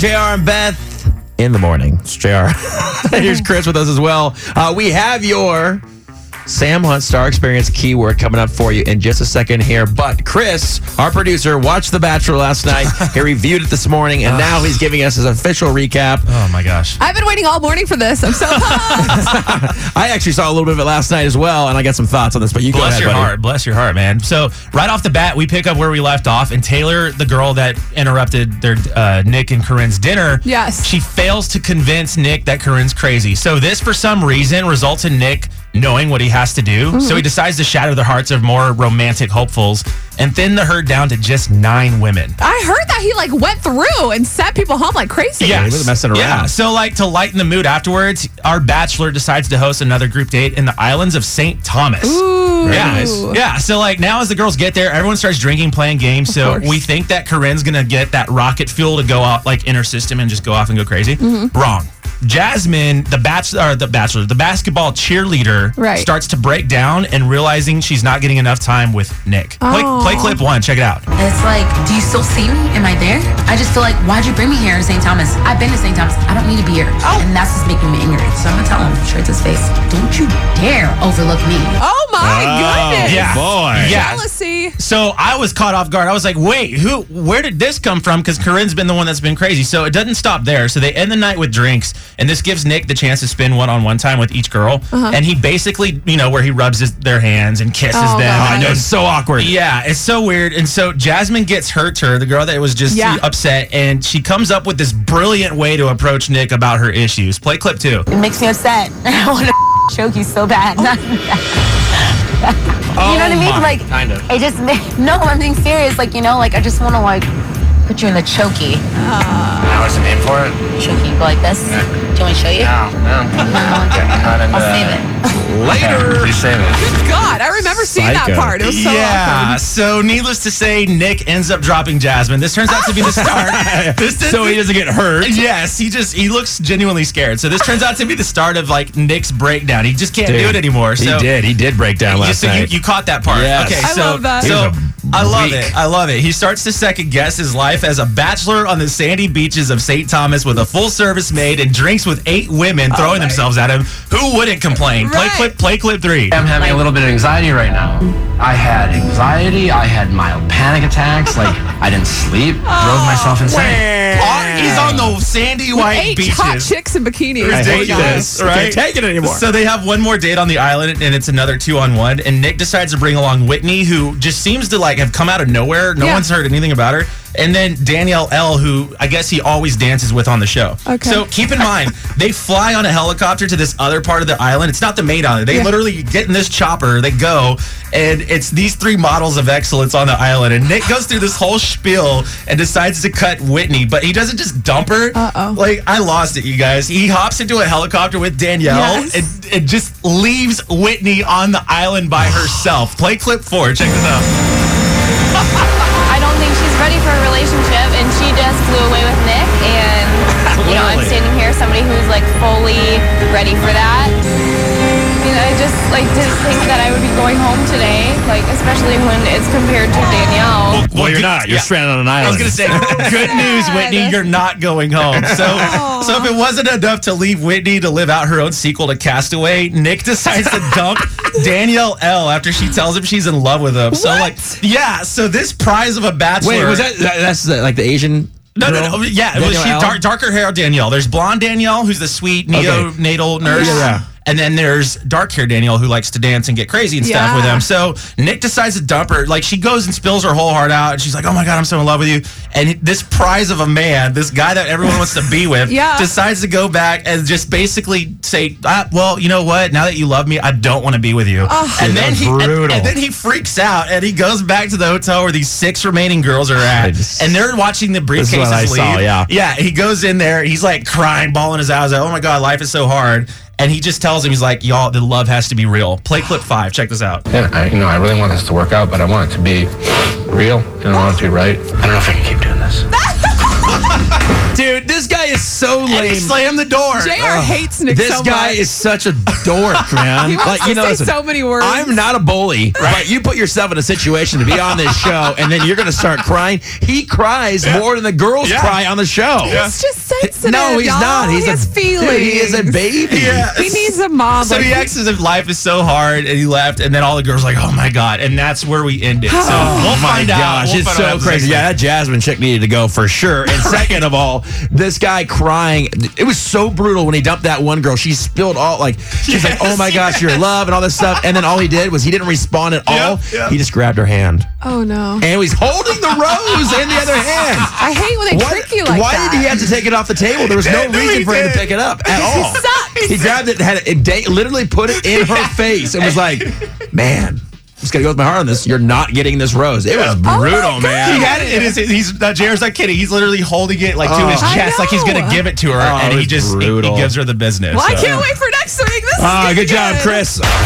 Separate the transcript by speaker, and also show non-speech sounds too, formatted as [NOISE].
Speaker 1: JR and Beth. In the morning. It's JR. [LAUGHS] Here's Chris with us as well. Uh, we have your Sam Hunt Star Experience keyword coming up for you in just a second here. But Chris, our producer, watched The Bachelor last
Speaker 2: [LAUGHS]
Speaker 1: night. he reviewed it this morning, and now he's giving us his official recap.
Speaker 2: Oh my gosh.
Speaker 3: I've been waiting all morning for this.
Speaker 1: [LAUGHS]
Speaker 3: I'm so pumped.
Speaker 1: I actually saw a little bit of it last night as well, and I got some thoughts on this, but you go
Speaker 2: Bless
Speaker 1: ahead,
Speaker 2: your
Speaker 1: buddy.
Speaker 2: heart. Bless your heart, man. So right off the bat, we pick up where we left off, and Taylor, the girl that interrupted their uh, Nick and Corinne's dinner,
Speaker 3: Yes.
Speaker 2: she fails to convince Nick that Corinne's crazy. So this, for some reason, results in Nick knowing what he has to do.
Speaker 3: Mm-hmm.
Speaker 2: So he decides to shatter the hearts of more romantic hopefuls and thin the herd down to just nine women.
Speaker 3: I heard that he like went through and sent people home like crazy.
Speaker 1: he wasn't messing around.
Speaker 2: Yeah. So, like, to lighten the mood afterwards, our bachelor decides to host another group date in the islands of St. Thomas.
Speaker 3: Ooh.
Speaker 2: yeah. Yeah. So, like, now as the girls get there, everyone starts drinking, playing games. So,
Speaker 3: course.
Speaker 2: we think that Corinne's going to get that rocket fuel to go out, like, inner system and just go off and go crazy.
Speaker 3: Mm-hmm.
Speaker 2: Wrong. Jasmine, the bachelor, or the bachelor, the basketball cheerleader,
Speaker 3: Right.
Speaker 2: starts to break down and realizing she's not getting enough time with Nick.
Speaker 3: Oh.
Speaker 2: Play, play clip one. Check it out.
Speaker 4: It's like, do you still see me? Am I there? I just feel like, why'd you bring me here in St. Thomas? I've been to St. Thomas. I don't need to be here.
Speaker 5: Oh.
Speaker 4: And that's what's making me angry. So I'm gonna tell him straight to his face, don't you dare overlook me.
Speaker 3: Oh my goodness.
Speaker 2: yeah.
Speaker 1: Boy.
Speaker 2: Yeah.
Speaker 3: Jealousy.
Speaker 2: So I was caught off guard. I was like, wait, who where did this come from? Because Corinne's been the one that's been crazy. So it doesn't stop there. So they end the night with drinks, and this gives Nick the chance to spend one on one time with each girl.
Speaker 3: Uh-huh.
Speaker 2: And he basically, you know, where he rubs his, their hands and kisses
Speaker 3: Oh,
Speaker 2: them.
Speaker 3: God.
Speaker 2: And
Speaker 3: I know, it's
Speaker 2: so awkward. Yeah, it's so weird. And so Jasmine gets hurt to her, the girl that was just
Speaker 3: Yeah.
Speaker 2: upset, and she comes up with this brilliant way to approach Nick about her issues. Play clip two.
Speaker 5: It makes me upset. [LAUGHS] I want to choke you so bad.
Speaker 4: Oh.
Speaker 5: [LAUGHS] you
Speaker 6: Oh
Speaker 5: know what I mean? like,
Speaker 2: kind of.
Speaker 5: it just, ma- [LAUGHS] no, I'm being serious. Like, you know, like, I just want to, like, put you in the chokey.
Speaker 6: Uh. Now what's the name for it?
Speaker 5: Chokey, go like this. Do you want me to show you?
Speaker 6: No,
Speaker 5: [LAUGHS]
Speaker 6: no. I'm getting caught in
Speaker 5: I'll
Speaker 6: the-
Speaker 5: save it.
Speaker 2: Later.
Speaker 6: Okay, you save it.
Speaker 3: Good God. I remember seeing that
Speaker 1: Psycho.
Speaker 3: part. It was so
Speaker 2: yeah.
Speaker 3: awkward.
Speaker 2: So, needless to say, Nick ends up dropping Jasmine. This turns out to be
Speaker 1: [LAUGHS]
Speaker 2: the [LAUGHS] start. this, this-
Speaker 1: So he doesn't get hurt.
Speaker 2: Yes, he just he looks genuinely scared. So this turns out to be the start of like Nick's breakdown. He just can't do it
Speaker 1: Dude,
Speaker 2: anymore. So
Speaker 1: He did. He did break down
Speaker 2: you-
Speaker 1: last
Speaker 2: so you,
Speaker 1: night.
Speaker 2: you caught that part.
Speaker 1: Yes.
Speaker 2: Okay,
Speaker 3: I
Speaker 2: so,
Speaker 3: love that.
Speaker 2: so
Speaker 1: He was a
Speaker 2: I love
Speaker 1: weak-
Speaker 2: it. I love it. He starts to second guess his life as a bachelor on the sandy beaches of St. Thomas with a full service maid and drinks with eight women throwing themselves at him. Who wouldn't complain?
Speaker 3: Oh Right.
Speaker 2: Play clip play clip three.
Speaker 6: I'm having a little bit of anxiety right now. I had anxiety. I had mild panic attacks. Like I didn't sleep. Drove myself insane.
Speaker 2: On- He's on the sandy white
Speaker 3: Eight
Speaker 2: beaches.
Speaker 3: hot chicks in bikinis.
Speaker 1: I hate
Speaker 3: Oh my God.
Speaker 1: this. Can't take it anymore.
Speaker 2: So they have one more date on the island, and it's another two on one. And Nick decides to bring along Whitney, who just seems to like have come out of nowhere. No
Speaker 3: Yeah.
Speaker 2: one's heard anything about her. And then Danielle L, who I guess he always dances with on the show.
Speaker 3: Okay.
Speaker 2: So keep in
Speaker 3: [LAUGHS]
Speaker 2: mind, they fly on a helicopter to this other part of the island. It's not the main island. They
Speaker 3: Yeah.
Speaker 2: literally get in this chopper, they go, and it's these three models of excellence on the island. And Nick goes through this whole spiel and decides to cut Whitney, but he doesn't just dump her.
Speaker 3: Uh-oh.
Speaker 2: Like, I lost it, you guys. He hops into a helicopter with Danielle
Speaker 3: Yes.
Speaker 2: and, and just leaves Whitney on the island by herself. Play clip four. Check this out.
Speaker 7: I don't think she's ready for a relationship, and she just flew away with Nick. And you know, I'm
Speaker 2: Absolutely.
Speaker 7: standing here, somebody who's like fully ready for that. You know, I just like didn't think that I would be going home today, like especially when it's compared to Danielle.
Speaker 1: well, you're
Speaker 2: good-
Speaker 1: not. You're
Speaker 2: yeah.
Speaker 1: stranded on an
Speaker 2: I was
Speaker 1: island.
Speaker 2: gonna say, good news, Whitney. You're not going home. So, so if it wasn't enough to leave Whitney to live out her own sequel to Castaway, Nick decides to dump Danielle L. After she tells him she's in love with him. So,
Speaker 3: What?
Speaker 2: like, yeah. So this prize of a bachelor.
Speaker 1: Wait, was that, that that's the, like the Asian?
Speaker 2: No, no,
Speaker 1: girl?
Speaker 2: no. Yeah, well,
Speaker 1: Danielle
Speaker 2: she
Speaker 1: Allen?
Speaker 2: dark, darker hair Danielle. There's blonde Danielle, who's the sweet neonatal nurse.
Speaker 1: Yeah, yeah.
Speaker 2: And then there's dark hair Danielle, who likes to dance and get crazy and stuff with
Speaker 3: Yeah.
Speaker 2: him. So Nick decides to dump her. Like she goes and spills her whole heart out, and she's like, "Oh my god, I'm so in love with you." And this prize of a man, this guy that everyone wants
Speaker 1: [LAUGHS]
Speaker 2: to be with,
Speaker 3: Yeah.
Speaker 2: decides to go back and just basically say, ah, "Well, you know what? Now that you love me, I don't want to be with you." and
Speaker 1: Dude, that was
Speaker 2: he and-
Speaker 1: brutal.
Speaker 2: and then he freaks out and he goes back to the hotel where these six remaining girls are
Speaker 1: I
Speaker 2: at,
Speaker 1: just-
Speaker 2: and they're watching the briefcases
Speaker 1: This is what I
Speaker 2: leave.
Speaker 1: saw, yeah.
Speaker 2: Yeah, he goes in there. He's like crying, bawling his eyes out. Oh my god, life is so hard. And he just tells him, he's like, y'all, the love has to be real. Play clip five. Check this out.
Speaker 6: And I, you know, I really want this to work out, but I want it to be real and I want it to be right. I don't know if I can keep doing this.
Speaker 1: Dude, this guy is so so lame.
Speaker 2: And he slammed the door.
Speaker 3: JR hates Nick
Speaker 1: This
Speaker 3: so
Speaker 1: guy
Speaker 3: much.
Speaker 1: is such a
Speaker 3: [LAUGHS]
Speaker 1: dork, man.
Speaker 3: He wants to say
Speaker 1: listen,
Speaker 3: so many words.
Speaker 1: I'm not a bully,
Speaker 3: [LAUGHS]
Speaker 1: but you put yourself in a situation to be on this show, and then you're going to start crying. He cries more than the girls
Speaker 2: Yeah.
Speaker 1: cry on the show.
Speaker 3: He's just sensitive.
Speaker 1: No, he's
Speaker 3: y'all.
Speaker 1: not. He's
Speaker 3: he has
Speaker 1: a
Speaker 3: feelings.
Speaker 1: Dude, he is a baby.
Speaker 3: He needs a mom.
Speaker 2: So
Speaker 3: like,
Speaker 2: he acts as if life is so hard, and he left, and then all the girls were like, "Oh my god!" And that's where we ended.
Speaker 3: [GASPS]
Speaker 2: So we'll
Speaker 1: Oh my
Speaker 2: find out.
Speaker 1: gosh,
Speaker 2: We'll
Speaker 1: it's
Speaker 2: find out
Speaker 1: so
Speaker 2: after
Speaker 1: crazy.
Speaker 2: six
Speaker 1: Yeah,
Speaker 2: months.
Speaker 1: that Jasmine chick needed to go for sure.
Speaker 2: [LAUGHS]
Speaker 1: And second of all, this guy crying, it was so brutal when he dumped that one girl. She spilled all like she's like, "Oh my gosh, your love" and all this stuff. And then all he did was he didn't respond at all.
Speaker 2: yeah.
Speaker 1: He just grabbed her hand.
Speaker 3: oh no.
Speaker 1: And he's holding the rose in the other
Speaker 2: [LAUGHS]
Speaker 1: hand.
Speaker 3: I hate when they
Speaker 1: What-
Speaker 3: trick you like
Speaker 1: why
Speaker 3: that.
Speaker 1: did he have to take it off the table? There was no
Speaker 2: did. [LAUGHS] No, he
Speaker 1: reason for him
Speaker 2: did.
Speaker 1: to pick it up at all. He
Speaker 3: sucks.
Speaker 1: grabbed it, had it, da- literally put it in
Speaker 2: [LAUGHS]
Speaker 1: her face, and was like, "Man, I'm just gonna go with my heart on this. You're not getting this rose." It
Speaker 2: Oh,
Speaker 1: was
Speaker 3: Oh my
Speaker 1: brutal,
Speaker 3: God.
Speaker 1: man.
Speaker 2: He had it in his. He's uh, Jared's not kidding. He's literally holding it like to
Speaker 1: Oh.
Speaker 2: his
Speaker 3: I
Speaker 2: chest, like he's gonna
Speaker 3: know.
Speaker 2: give it to her,
Speaker 1: Oh,
Speaker 2: and
Speaker 1: it
Speaker 2: he
Speaker 1: was
Speaker 2: just he, he
Speaker 1: brutal.
Speaker 2: gives her the business.
Speaker 3: Well, I
Speaker 2: so.
Speaker 3: can't wait for next week. This is
Speaker 1: Ah,
Speaker 3: gonna be
Speaker 1: good job,
Speaker 3: good.
Speaker 1: Chris.